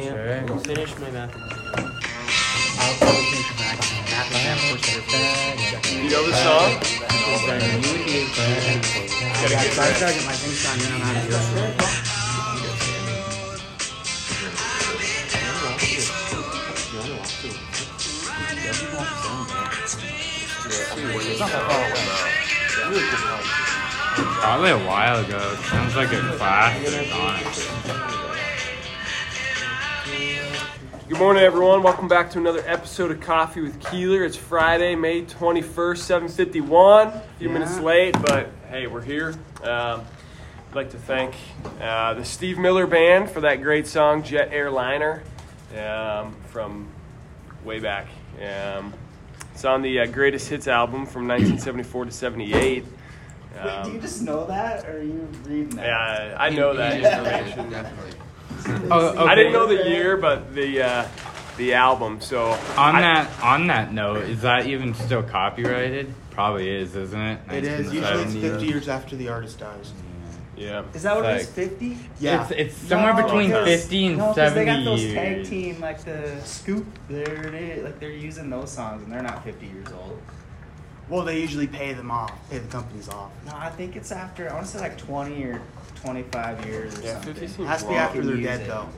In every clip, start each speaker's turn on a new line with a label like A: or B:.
A: I
B: Go.
A: finished my math exam.
B: I'll probably finish your back. Back exam first.
C: You know the song?
B: Because then you would be able to- I got sidetracked at my things on, then I'm out of here.
D: Probably a while ago. It sounds like a classic, honestly.
C: Good morning, everyone. Welcome back to another episode of Coffee with Keeler. It's Friday, May 21st, 7.51. A few
B: Yeah.
C: minutes late, but hey, we're here. Um, I'd like to thank uh, the Steve Miller Band for that great song, Jet Airliner, um, from way back. Um, it's on the uh, Greatest Hits album from 1974 to 78.
E: Wait, do you
C: Um,
E: just know that, or are you reading that?
C: yeah, Uh, I know that information.
B: Definitely.
D: Oh,
C: I
D: okay.
C: didn't know the year, but the uh, the album. So
D: On
C: I-
D: that on that note, is that even still copyrighted? Probably is, isn't it?
F: It is. Usually it's
D: 1970.
F: 50 years after the artist dies.
C: yeah.
E: Is that what it is?
C: Like-
E: Fifty?
F: Yeah.
D: It's, it's somewhere
E: No,
D: between
E: because-
D: 50 and
E: no, 'cause
D: 70
E: they got those
D: years.
E: tag team, like the Scoop. There it is. Like they're using those songs, and they're not fifty years old.
F: well, they usually pay them off, pay the companies off.
E: No, I think it's after. I want to say like twenty or twenty-five years or
C: Yeah, 50
E: something.
C: seems
F: It has to be
C: long.
F: after they're
E: Use
F: dead,
E: it.
F: though.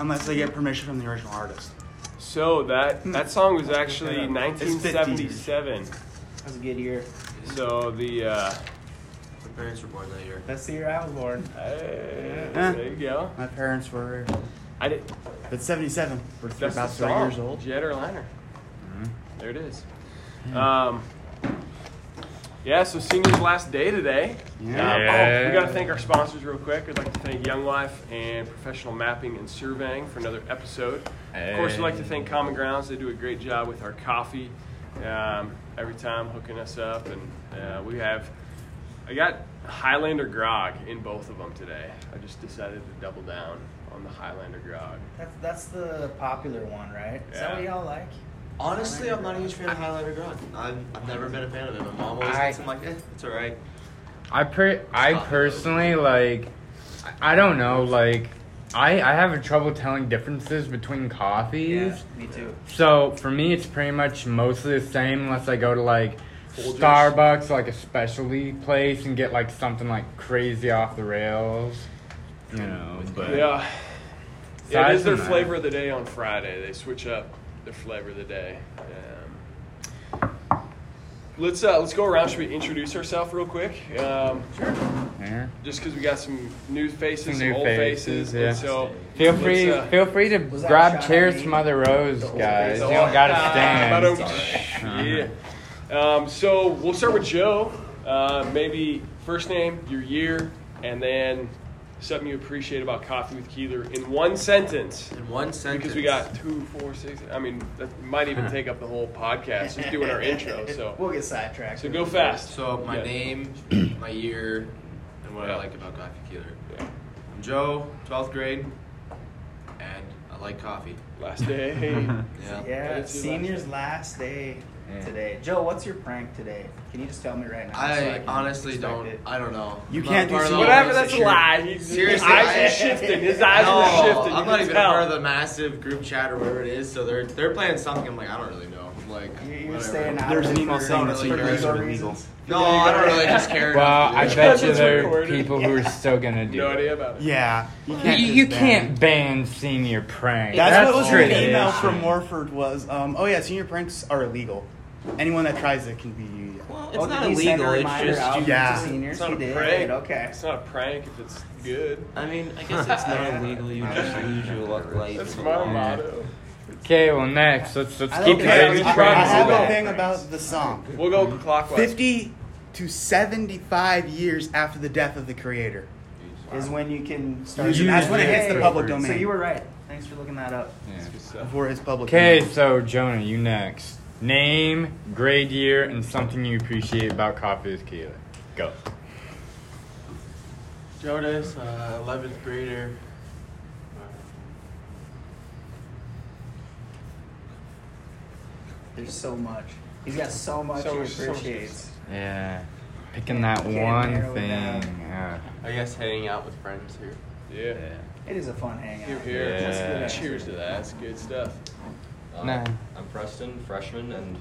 F: Unless they get permission from the original artist.
C: So that that song was actually
E: It's
C: 1977.
E: That's a good year.
C: So the uh,
B: My parents were born that year.
E: That's the year I was born.
C: hey, there you go.
F: My parents were.
C: I did.
F: It's 77. We're th-
C: That's
F: about
C: the
F: 30
C: song.
F: years old. Mm-hmm. Hmm.
C: Jet or liner. There it is. Um, yeah. So senior's last day today.
F: Yeah.
C: Um,
D: Yeah.
C: oh, we got to thank our sponsors real quick. I'd like to thank Young Life and Professional Mapping and Surveying for another episode. Of course, I'd like to thank Common Grounds. They do a great job with our coffee um, every time, hooking us up. And uh, we have, I got Highlander Grog in both of them today. I just decided to double down on the Highlander Grog.
E: That's that's the popular one, right? Is that
C: Yeah.
E: what y'all like?
B: Honestly, I'm not a huge fan of Highlander Grog. I've, I've never been a fan of it. My mom always
D: I-
B: gets them like, eh, it's alright.
D: I per I personally like I I don't know like I I have a trouble telling differences between coffees.
E: Yeah, me too.
D: So for me, it's pretty much mostly the same unless I go to like Starbucks, like a specialty place, and get like something like crazy off the rails. You know, but
C: Yeah. Yeah,
D: Aside
C: it is their
D: from that-
C: flavor of the day on Friday. They switch up their flavor of the day. Um, let's uh, let's go around. Should we introduce ourselves real quick? Um,
D: yeah.
C: just because we got some new faces, some,
D: Some new
C: old faces,
D: faces,
C: and
D: yeah.
C: so
D: Feel
C: let's,
D: free,
C: uh,
D: feel free to
E: that a shot
D: grab
E: at
D: chairs
E: me?
D: from other rows, guys. You
C: so-
D: don't gotta
C: Ah,
D: stand. Uh-huh.
C: ba-dum. Yeah. Um, so we'll start with Joe. Uh, maybe first name, your year, and then something you appreciate about Coffee with Keeler in one sentence.
B: In one sentence.
C: Because we got two, four, six. I mean, that might even take up the whole podcast just doing our intro. So,
E: We'll get sidetracked.
C: so go fast.
B: So, my
C: Yeah.
B: name, my year, and what
C: Yeah.
B: I like about Coffee Keeler.
C: Yeah.
B: I'm Joe, 12th grade, and I like coffee.
C: Last day.
B: Yeah.
E: Yeah,
C: Let's do
E: senior's last day
D: Yeah.
E: today. Joe, what's your prank today? Can you just tell me right now? so
B: I
E: can
B: honestly
E: expect
B: don't.
E: it?
B: I don't know.
F: You
B: I'm not
F: can't
B: a
F: do
B: part of the
F: senior.
C: Whatever,
B: audience
C: that's a
B: this year.
C: lie. He's,
B: Seriously,
C: his eyes
B: I-
C: are shifting. His eyes are
B: No,
C: shifting.
B: I'm
C: you
B: not
C: can
B: even a
C: tell.
B: part of the massive group chat or whatever it is. So they're they're playing something. I'm like, I don't really know. I'm like,
E: You're, you're
B: whatever.
E: staying out.
F: There's
E: of
F: an
E: it
F: email
E: for-
F: saying
E: for
F: that senior
E: legal
F: is illegal.
E: reasons.
B: No, I don't really just care.
D: Well,
B: enough to
D: I
B: do
D: bet
B: it.
D: you there are
C: recorded.
D: people who are still gonna do.
C: No
D: it.
C: idea about it.
F: Yeah. You
D: You,
F: can't.
D: you,
F: just ban.
D: can't ban senior pranks.
F: That's, what was in the
D: tradition.
F: email from Morford was, um, oh yeah, senior pranks are illegal. Anyone that tries it can be.
B: Well, it's
E: Oh,
B: not
E: did he send a
B: illegal. It's
E: reminder
B: just.
E: out to
B: You,
F: Yeah.
E: Seniors,
C: It's not
E: he
C: a
E: did.
C: prank.
E: Okay.
C: It's not a prank if it's good.
G: I mean, I guess it's not illegal. You just lose your luck life.
C: That's my motto.
D: Okay, well next, let's let's keep the
C: think that's
D: baby
C: what
F: I have
C: Pranks.
F: a
D: pranks.
F: thing about the song.
C: We'll go clockwise.
F: 50 to 75 years after the death of the creator.
E: Is when you can start.
F: Usually
E: that's
F: when it hits the public
E: So
F: domain.
E: you were right. Thanks for looking that up.
D: Yeah.
C: Good stuff.
F: Before his public.
D: Okay,
F: domain.
D: so Jonah, you next. Name, grade year, and something you appreciate about coffee with Keeler. Go.
G: Jonas, uh, 11th grader.
E: There's so much. He's got so much
C: So
E: he
C: much- so much-
E: appreciates.
D: Yeah. Picking that
E: Can't
D: one
E: narrow it
D: thing.
E: down.
D: Yeah.
G: I guess hanging out with friends here.
C: Yeah.
D: Yeah.
E: It is a fun
C: Here,
E: hangout.
C: here.
E: That's a good
A: Yeah.
E: answer.
C: Cheers to that. That's good stuff.
A: Um,
D: Nine.
A: I'm Preston, freshman, and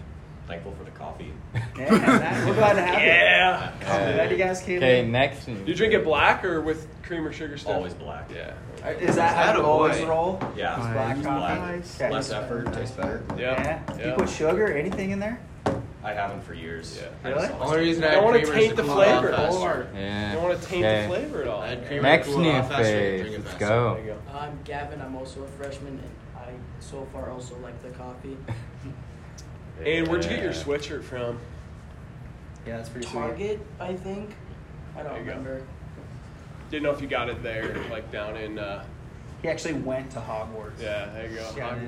A: thankful for the coffee.
E: Yeah, that- we're glad to have
C: Yeah.
E: you. I'm glad you guys came.
D: Okay,
E: in.
D: next.
C: Do you drink it black or with cream or sugar stuff?
A: Always black.
C: Yeah.
E: Is that how
G: that
E: you
G: a
E: always
G: boy?
E: roll?
A: Yeah.
E: Just black
A: Just
E: coffee.
A: black.
E: Okay.
A: Less effort, tastes better.
C: Yep.
E: Yeah.
C: Yep.
E: You put sugar, anything in there?
A: I haven't for years.
C: Yeah.
A: I just
E: Really?
A: always-
G: Only reason I
C: don't
G: had
C: want
G: creamer is
C: to taint the
G: cool it down
C: flavor.
G: faster.
C: Or
D: Yeah.
C: don't want to taint
D: Okay. Oh.
C: the flavor at all.
G: I had creamer
D: Next
G: to cool it
D: new
G: off faster and
D: phase.
G: drink it
D: Let's
G: faster.
D: go.
C: There you go.
H: I'm Gavin. I'm also a freshman, and I so far also like the coffee.
C: And where'd you get your
D: Yeah.
C: sweatshirt from?
E: Yeah, that's pretty sweet.
H: Target, I think. I don't
C: There you go.
H: remember.
C: Didn't know if you got it there, like down in. Uh,
E: He actually went to Hogwarts.
C: yeah, there you go.
E: Got it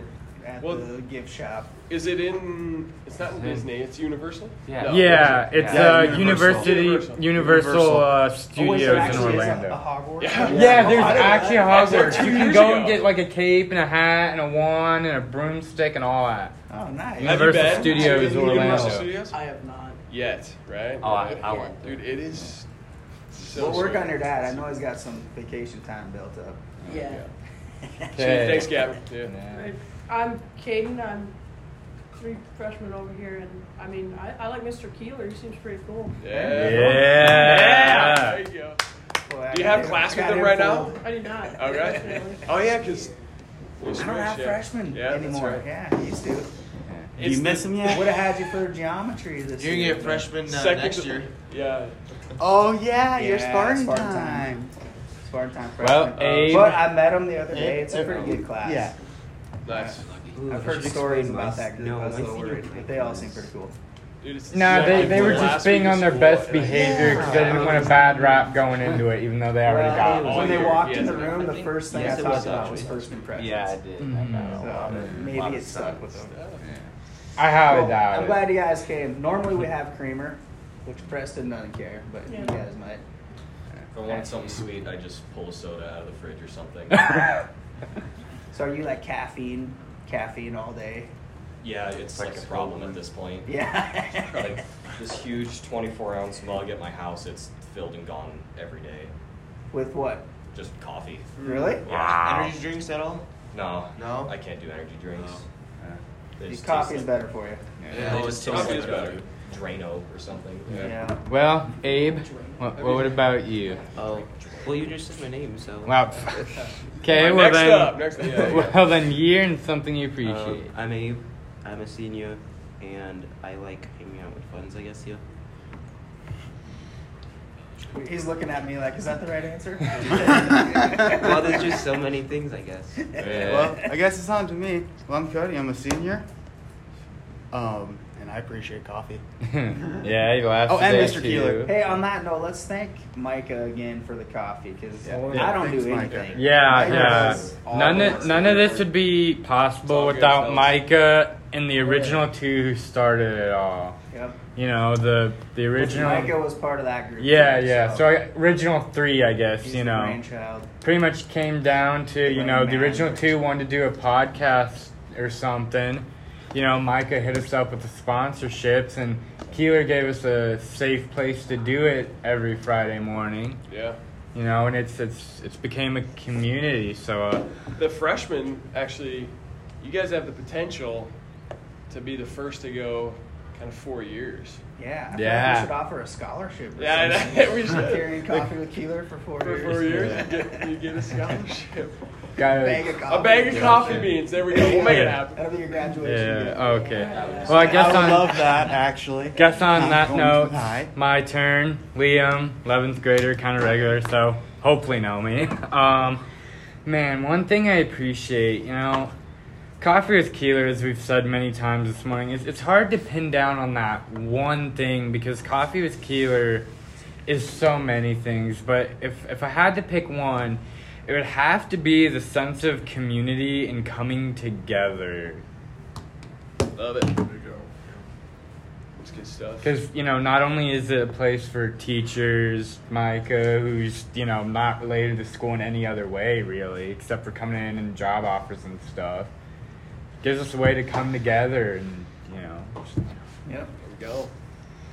E: At
C: Well-
E: the gift shop.
C: Is it in? It's not in
D: It's in-
C: Disney. It's Universal.
G: Yeah.
C: No.
D: Yeah, it's
F: Yeah,
D: uh,
F: Universal.
D: University
C: Universal.
D: Universal,
F: Universal.
E: Oh,
D: Uh,
E: wait, there
D: Studios in
E: actually is a-
D: Orlando.
E: A Hogwarts?
D: Yeah,
C: Yeah.
E: Oh, I
D: there's
E: didn't know
D: actually a
E: that.
C: That's
D: Hogwarts.
C: like
D: You
C: two
D: can
C: years
D: go and
C: ago.
D: get like a cape and a hat and a wand and a broomstick and all that.
E: Oh, nice.
C: Have you
D: Universal
C: been
D: Studios,
C: to
D: Orlando.
C: Universal Studios?
H: I have not.
C: Yet, right?
G: Oh, I- I went there.
C: Dude, it is. So
E: We'll work
C: sweet.
E: on your dad. I know he's got some vacation time built up.
H: Yeah.
D: Okay.
C: Thanks, Gavin. Yeah.
D: Yeah.
I: I'm Caden. I'm three freshmen over here, and I mean, I, I like Mr. Keeler. He seems pretty cool.
C: Yeah.
D: Yeah.
C: There you go.
E: Boy, I
C: Do you
E: got
C: have
E: him-
C: class with
E: got
C: them
E: him
C: right now?
E: fooled.
I: I do not.
C: Okay.
I: definitely.
C: Oh yeah, because. I
E: I don't have freshmen
C: yeah,
E: anymore.
C: That's right.
E: Yeah, I used to.
F: Do you miss him
E: Would
F: yet?
E: have had you for geometry this
G: You're gonna
E: year.
G: get freshman uh,
C: Second
G: next
C: to-
G: year.
C: Yeah.
F: Oh yeah,
E: Yeah,
F: your Spartan,
E: Spartan
F: time.
E: time. Spartan time
D: Well,
E: freshman.
D: Abe-
E: but I met him the other day. It's a
F: Yeah.
E: pretty good class.
F: Yeah.
C: Nice.
G: Ooh, I
E: I've heard
G: should
E: stories
G: explain
E: about
G: my-
E: that group.
G: no,
E: I was a
G: my
E: little
G: senior
E: worried,
G: plan
E: but they all
G: was-
E: seem pretty cool.
C: Dude, it's the
D: No, they,
C: second
D: they were
C: to
D: just
C: last week
D: being
C: of
D: on their
C: school,
D: best
C: and I-
D: behavior because they didn't want a bad rap going into it, even though they already
E: Well,
D: got
C: all
E: when they
C: year.
E: walked in
C: Yes,
E: the room, the first thing
G: Yes,
E: I
G: it
E: talked
G: was
E: about
G: up.
E: was first impressions.
G: Yeah, I did. I got a
B: Mm.
G: lot
E: So uh,
G: of- lot
E: maybe
G: of
E: it stuck
G: suns.
E: with them.
D: I highly
E: Well,
D: doubt
E: I'm
D: it.
E: glad you guys came. Normally we have creamer, which Preston doesn't care, but
I: Yeah.
E: you guys might.
A: If I wanted something sweet, I just pull a soda out of the fridge or something.
E: So are you like caffeine, caffeine all day?
A: yeah, it's like, a problem at this point.
E: Yeah.
A: Like this huge 24 ounce mug at my house, it's filled and gone every day.
E: With what?
A: Just coffee.
G: Mm.
E: Really?
G: Energy drinks at all?
A: No,
G: No?
A: I can't do energy drinks. They
E: These
A: just
E: coffee is
A: taste
E: better for you.
G: Yeah,
A: Like,
B: Oh,
A: they
G: always
A: just
G: tastes
A: taste like
C: Coffee is
A: a Drano or something.
E: Yeah.
D: Well, Abe, what, what about you?
G: Oh, well, you just said my name, so.
D: Wow. Okay,
C: Alright,
D: well
C: next
D: then.
C: up, next up, yeah, yeah.
D: Well then, year and something you
G: Um,
D: appreciate.
G: I'm Abe. I'm a senior, and I like hanging out with friends. I guess yeah.
E: He's looking at me like, is that the right answer?
G: well, there's just so many things. I guess.
F: Well, I guess it's on to me. Well, I'm Cody. I'm a senior. Um, and I appreciate coffee.
D: yeah, he laughs.
F: Oh, and
D: today,
F: Mr.
D: too.
F: Keeler.
E: Hey, on that note, let's thank Micah again for the coffee because
F: Yeah.
E: I don't
F: Thanks,
E: do
F: Micah.
E: anything.
D: Yeah,
E: Micah
D: yeah.
E: does all
D: None
E: the
D: of
E: work.
D: none of this would be
C: all
D: possible
C: good
D: without
C: stuff.
D: Micah and the original two who started it all.
E: Yep.
D: You know, the the
E: Micah
D: original.
E: was part of that group.
D: Yeah,
E: too,
D: yeah. So I, original three, I guess.
E: he's
D: You
E: the
D: know,
E: brainchild.
D: pretty much came down to you
E: Brain
D: know the
E: man.
D: original two wanted to do a podcast or something. You know, Micah hit us up with the sponsorships, and Keeler gave us a safe place to do it every Friday morning.
C: Yeah.
D: You know, and it's it's it's became a community. So. Uh,
C: The freshmen actually, you guys have the potential to be the first to go kind of four years.
E: Yeah. I feel like
D: Yeah.
E: we should offer a scholarship. Or
C: Yeah, I know.
E: something.
C: We should.
E: Carrying coffee with Keeler for four
C: For
E: years.
C: four years, you get, you get a scholarship.
D: Got
E: Bag
D: it.
E: of
C: A
E: coffee.
C: bag of coffee beans. There we go. We'll make it happen.
E: That'll be your graduation. gift.
D: Yeah. Okay. Well, I
F: I
D: guess
F: would
D: on
F: love that actually.
D: guess on
F: I'm
D: that
F: going
D: note,
F: to die.
D: my turn. Liam, eleventh grader, kind of regular, so hopefully know me. Um, man, one thing I appreciate, you know, coffee with Keeler, as we've said many times this morning, is it's hard to pin down on that one thing because coffee with Keeler is so many things. But if if I had to pick one, it would have to be the sense of community and coming together.
C: Love it. There you go. That's good stuff.
D: Because, you know, not only is it a place for teachers, Micah, who's, you know, not related to school in any other way, really, except for coming in and job offers and stuff, gives us a way to come together and, you know. just-
E: Yep.
C: There we go.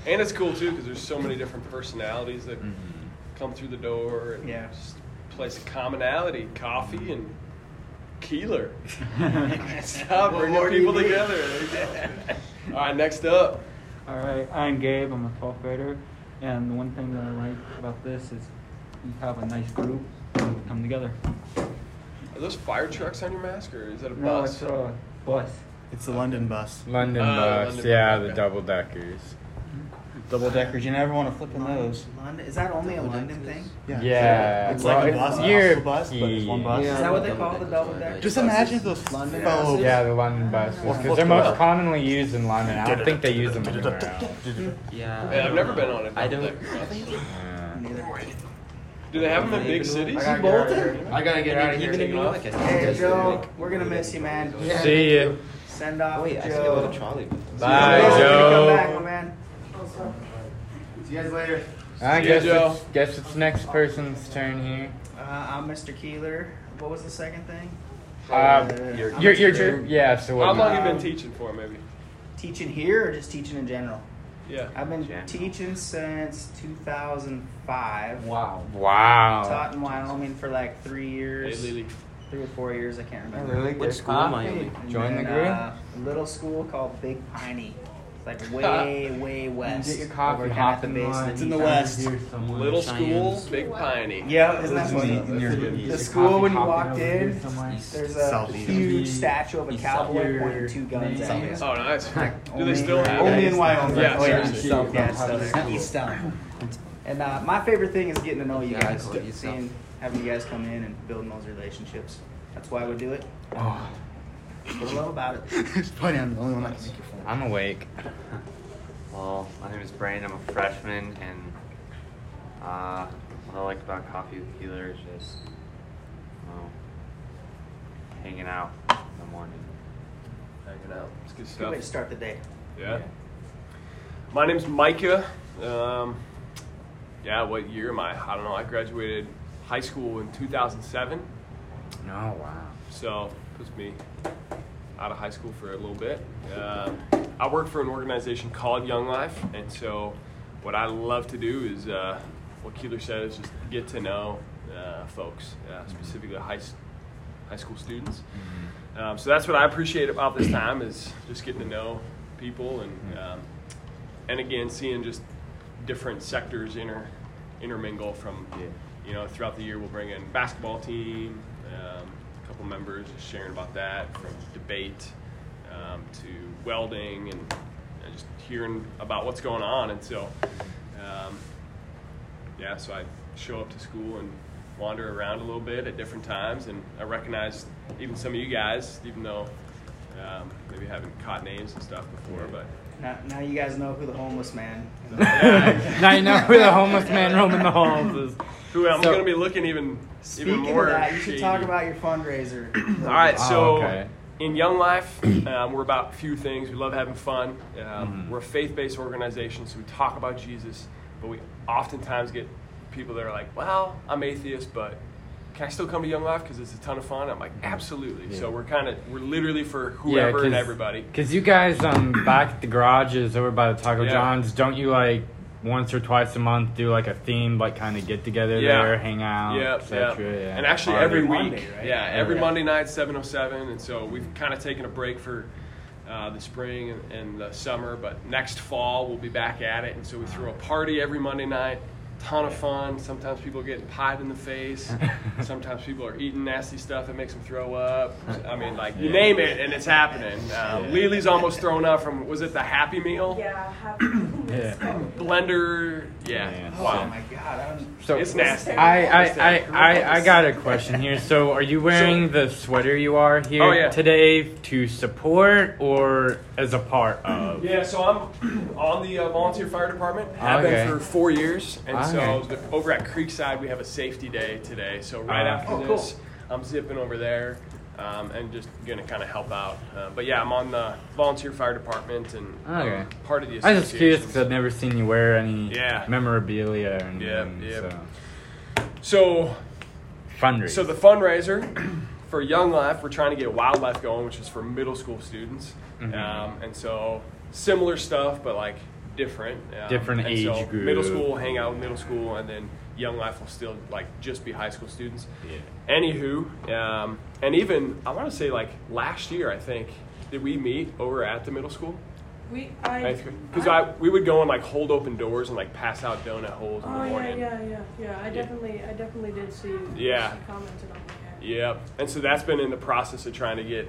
C: And it's cool too because there's so many different personalities that come through the door. And
E: Yeah.
C: Just place of commonality, coffee and Keeler.
E: What
C: Stop bringing
E: more do you
C: people
E: need?
C: together. There you go. All right, next up.
J: All right, I'm Gabe. I'm a 12th grader, and one thing that I like about this is you have a nice group and we come together.
C: Are those fire trucks on your mask, or is that a
J: No,
C: bus?
J: it's
E: uh,
J: a bus.
F: It's the London bus.
D: London
C: Uh,
D: bus,
C: London bus,
D: yeah, the
C: okay.
D: double deckers.
F: Double deckers. You never want to flip in those.
E: London? Is that only a London thing?
D: Yeah,
F: It's
D: well,
F: like a
D: it's
F: bus.
D: your
F: a bus, but it's one bus.
E: Is that what they call the double deck?
F: Just imagine if those
E: London
F: fellow
E: buses?
D: Yeah, the London buses
F: Well,
D: because
F: fuck
D: they're
F: the
D: most
F: bus.
D: commonly used in London. I don't think they use them anywhere else.
G: Yeah.
C: Yeah, I've never been on a
G: I
C: double
G: don't.
C: decker bus.
D: Yeah.
C: Do they have them in big cities?
E: I gotta get out of here.
G: I gotta get out of here. Even in New York, I
E: Hey,
G: think
E: Joe, we're gonna miss you, man.
D: See ya.
E: Send off
G: Oh, wait,
E: Joe.
G: I still got a little trolley with us.
D: Bye,
E: Joe's gonna Come
D: Joe.
E: back, my man. See you guys later.
D: I
C: See ya,
D: guess
C: Joe.
D: it's, guess it's next person's turn here.
E: Uh, I'm Mr. Keeler. What was the second thing?
D: Uh,
E: Your-
D: your your trip, yeah. So what?
C: How long you
E: Um,
C: been teaching for, maybe?
E: Teaching here or just teaching in general?
C: Yeah.
E: I've been
G: General.
E: teaching since 2005.
J: Wow.
E: Taught
D: Wow.
E: in Wyoming for like three
C: Hey,
E: years,
C: Lily.
E: three or four years. I can't remember.
G: What school am I in?
E: And
D: Join the
E: then,
D: group?
E: Uh, a little school called Big Piney. It's like way, way west.
D: Get your coffee,
E: Over kinda
D: hop
E: at the
D: in
E: basement.
D: line.
E: It's in the
F: Down
E: west.
F: here
C: Little
G: Cheyenne.
C: school, big piney.
E: Yeah, isn't that funny? The school when you walked in, there's a
F: Southeast.
E: huge statue of a cowboy pointing two guns at you.
J: Southeast.
C: Oh, nice. Do
E: Only-
C: they still have
E: only
C: it?
E: in Wyoming.
C: Yeah,
E: Oh, yeah.
C: seriously.
E: Yeah, it's still there. East Town. And uh, my favorite thing is getting to know you
G: Yeah, I
E: guys,
G: call it East Town.
E: seeing, having you guys come in and building those relationships. That's why we do it.
D: Oh,
E: What I love about it.
F: it's funny. I'm the only one that can make your phone.
D: I'm awake.
G: Well, my name is Brian. I'm a freshman, and uh, what I like about Coffee with Keeler is just well, hanging out in the morning.
C: Hanging out. It's good
E: Good
C: stuff.
E: way to start the day.
C: Yeah. My name's Micah. Um, yeah, what year am I? I don't know. I graduated high school in 2007,
E: Oh,
D: No, wow.
C: so puts me out of high school for a little bit. Um I work for an organization called Young Life, and so what I love to do is uh, what Keeler said is just get to know uh, folks, uh, specifically high s- high school students. Um, so that's what I appreciate about this time is just getting to know people and um, and again seeing just different sectors inter intermingle from you know throughout the year we'll bring in basketball team, um, a couple members just sharing about that from debate um, to welding and uh, just hearing about what's going on and so um, yeah so I show up to school and wander around a little bit at different times and I recognize even some of you guys even though um, maybe haven't caught names and stuff before but.
E: Now, now you guys know who the homeless man.
D: now you know who the homeless man roaming the halls is.
C: Who I'm
D: So-
C: going to be looking even even
E: Speaking
C: more.
E: of that, you should
C: shady.
E: talk about your fundraiser.
C: All right,
D: Oh,
C: so
D: okay.
C: in Young Life, um, we're about few things. We love having fun. Um,
D: Mm-hmm.
C: We're a faith-based organization, so we talk about Jesus, but we oftentimes get people that are like, "Well, I'm atheist, but can I still come to Young Life because it's a ton of fun?" I'm like,
D: Mm-hmm.
C: "Absolutely." So we're kind of we're literally for whoever and everybody.
D: Because you guys um back at the garages over by the Taco
C: Yeah.
D: John's, don't you like once or twice a month do like a themed like kind of get together
C: Yeah.
D: there, hang out,
C: Yep,
D: etc.
C: yep.
D: Yeah.
C: And actually,
D: Party.
C: every week,
E: Monday, right?
C: yeah, every
D: Yeah.
C: Monday night, seven oh seven, and so we've kind of taken a break for uh, the spring and, and the summer, but next fall we'll be back at it, and so we throw a party every Monday night. Ton of fun. Sometimes people are getting pied in the face. Sometimes people are eating nasty stuff that makes them throw up. I mean, like you name it, and it's happening. Uh, Lily's almost thrown up from was it the Happy Meal
I: Yeah, have,
D: Yeah.
C: blender? Yeah,
D: Yeah.
E: Oh
C: wow,
E: my god, I'm
D: So
C: it's nasty.
D: I, I, I, I, I got a question here. So, are you wearing the sweater you are here
C: Oh, yeah.
D: today to support or as a part of?
C: Yeah, so I'm on the uh, volunteer fire department. Have
D: Okay.
C: been for four years, and so
D: Okay.
C: the, over at Creekside we have a safety day today. So right
D: Ah.
C: after
E: Oh, cool.
C: this, I'm zipping over there, um, and just gonna kind of help out. Uh, but yeah, I'm on the volunteer fire department and um,
D: Okay.
C: part of the.
D: I was just curious because
C: association.
D: I've never seen you wear any
C: Yeah.
D: memorabilia or anything.
C: Yep, yep.
D: So.
C: So
D: Fundraiser.
C: So the fundraiser for Young Life, we're trying to get Wildlife going, which is for middle school students,
D: Mm-hmm.
C: um, and so similar stuff, but like different, um,
D: Different
C: and
D: age
C: so
D: group.
C: Middle school, hang out with middle school, and then Young Life will still like just be high school students.
A: Yeah.
C: Anywho, um, and even I want to say like last year I think did we meet over at the middle school?
I: We, I.
C: Because I we would go and like hold open doors and like pass out donut holes in
I: Oh,
C: the
I: yeah,
C: morning.
I: yeah, yeah, yeah, I definitely, I definitely did see.
C: Yeah.
I: She commented on that.
C: Yep. And so that's been in the process of trying to get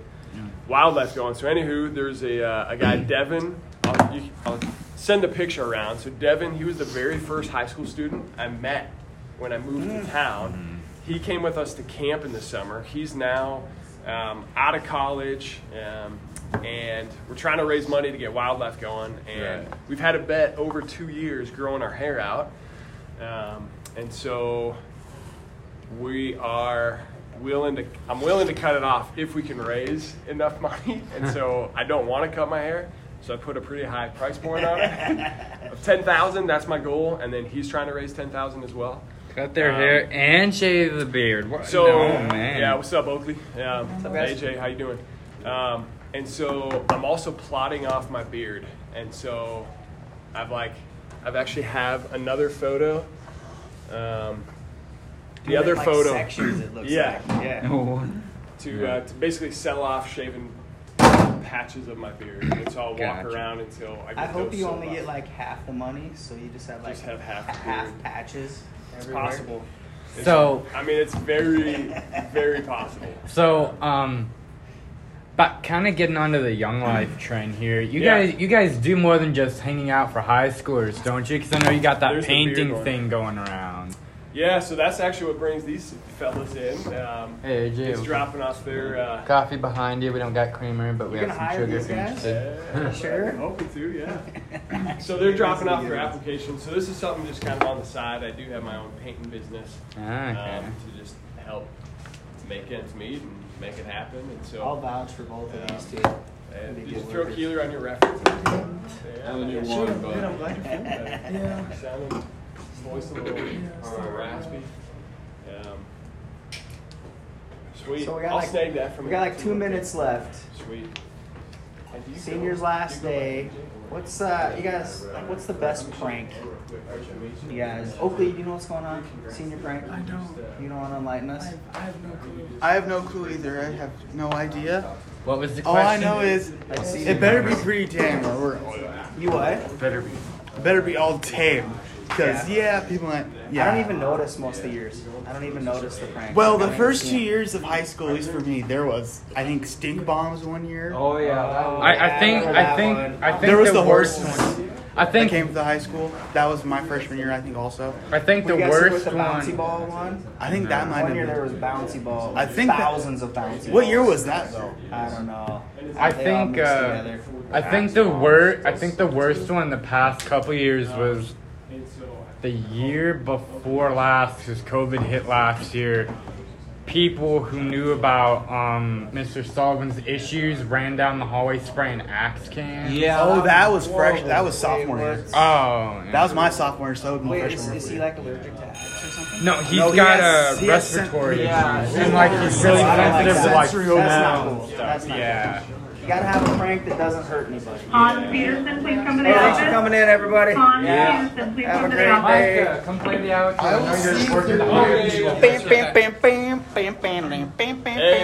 C: wildlife going. So anywho, there's a, uh, a guy Devin. I'll, you, I'll send the picture around. So Devin, he was the very first high school student I met when I moved to town. He came with us to camp in the summer. He's now um, out of college, um, and we're trying to raise money to get wildlife going. And
A: Right.
C: we've had a bet over two years growing our hair out, um, and so we are willing to i'm willing to cut it off if we can raise enough money and so i don't want to cut my hair so i put a pretty high price point on it of 10000 that's my goal and then he's trying to raise 10000 as well
D: Cut their
C: Um,
D: hair and shave the beard. What?
C: so
D: no, man.
C: yeah, what's up, Oakley? Yeah,
D: What's up, guys?
C: AJ, how you doing? Um, and so I'm also plotting off my beard, and so I've like I've actually have another photo. Um, the
E: it
C: other
E: in, like,
C: photo
E: sections, it looks
C: yeah
E: like. Yeah. No.
C: to uh, to basically sell off shaven patches of my beard, and so I'll
E: Gotcha.
C: walk around until I get
E: I hope
C: those
E: you
C: sold
E: only
C: off.
E: get like half the money, so you just have like
C: Just have half
E: ha-
C: the
E: half
C: beard.
E: patches.
C: It's
E: everywhere.
C: possible. It's-
D: So-
C: I mean, it's very very possible.
D: So, um, but kind of getting onto the young life trend here. You
C: Yeah.
D: guys, you guys do more than just hanging out for high schoolers, don't you? Because I know you got that
C: There's the beard
D: painting
C: one.
D: thing going around.
C: Yeah, so that's actually what brings these fellas in. Um,
D: Hey, AJ.
C: He's dropping off their. Uh,
D: Coffee behind you. We don't got creamer, but we
C: You're
D: have some
C: gonna hire
D: sugar
C: these
D: if you're
C: guys?
D: interested.
C: I'm Hoping to, yeah. so they're dropping off their applications. So this is something just kind of on the side. I do have my own painting business
D: Ah, okay.
C: um, to just help make ends meet and make it happen. And so
E: I'll vouch for both of these two.
C: and
E: Pretty
C: you just
E: good
C: throw
E: workers.
C: Keeler on your reference. Yeah,
E: And then you're
C: yeah,
E: one,
C: sure,
E: but-
C: good. I'm glad you're feeling better.
E: Yeah.
C: Sounding voice a little,
E: it's
C: uh,
E: not-
C: raspy. Um, sweet.
E: So we got
C: I'll
E: like
C: snag that from
E: we
C: you.
E: got like two minutes left.
C: Sweet. And you go-
E: Senior's last day. What's uh? You guys, like, what's the best prank? You guys, Oakley, do you know what's going on? Senior prank. I don't. You don't want to enlighten us?
F: I have no clue. I have no clue either. I have no idea.
D: What was the
F: All I
D: question?
F: know is
D: Like
F: it
D: senior
F: better be
D: members.
F: pretty tame or we're
E: You what?
F: Better be. Better be all tame. Cause yeah, people might. Yeah.
E: I don't even notice most of the years. I don't even notice the pranks.
F: Well,
E: I
F: the
E: don't
F: first
E: even
F: two
E: see 'em.
F: years of high school, at least for me, there was I think stink bombs one year.
J: Oh yeah. that was-
D: I, I think I think I think
F: there was the,
D: worst
F: horse.
D: one. I think
F: that came to the high school. That was my freshman year, I think. Also,
D: I think
E: Were
D: the
E: you guys here with
D: worst
E: the bouncy
D: one.
E: ball one.
F: I think that might
E: One
F: have
E: year
F: been.
E: there was bouncy balls.
F: I think that-
E: thousands of bouncy.
F: what year
E: balls.
F: was that though?
E: I don't know.
D: I
E: They all
D: think
E: mixed
D: uh,
E: together.
D: I think the worst I think the worst one in the past couple years was
C: And so
D: the year before last because COVID hit last year. People who knew about um, Mr. Sullivan's issues ran down the hallway spraying axe cans.
J: Yeah.
F: Oh, that was fresh. That was sophomore year.
D: Oh. yeah.
F: That was my sophomore year. So it was my
E: Wait, is,
F: freshman
E: is he
F: year.
E: like allergic to axe or something?
D: No, he's
F: No, he
D: got
F: has-
D: a
F: he has sen-
D: respiratory
J: Yeah.
D: issue. And like he's really
E: So I don't like
D: sensitive
E: that.
D: to like
E: That's not
D: smells.
E: cool. That's not
D: Yeah.
E: cool. You gotta have a prank that doesn't hurt anybody.
K: Hans Peterson, please come to the
E: Hey, thanks for
K: office.
E: coming in, everybody.
K: Hans
D: Yeah.
K: Peterson, please
E: Have a
K: come to
E: great
K: the office.
E: day.
D: come play the hour.
F: I will see you
D: working
F: through-
D: the hours.
F: Bam, bam, bam, bam, bam, bam, bam, bam, bam.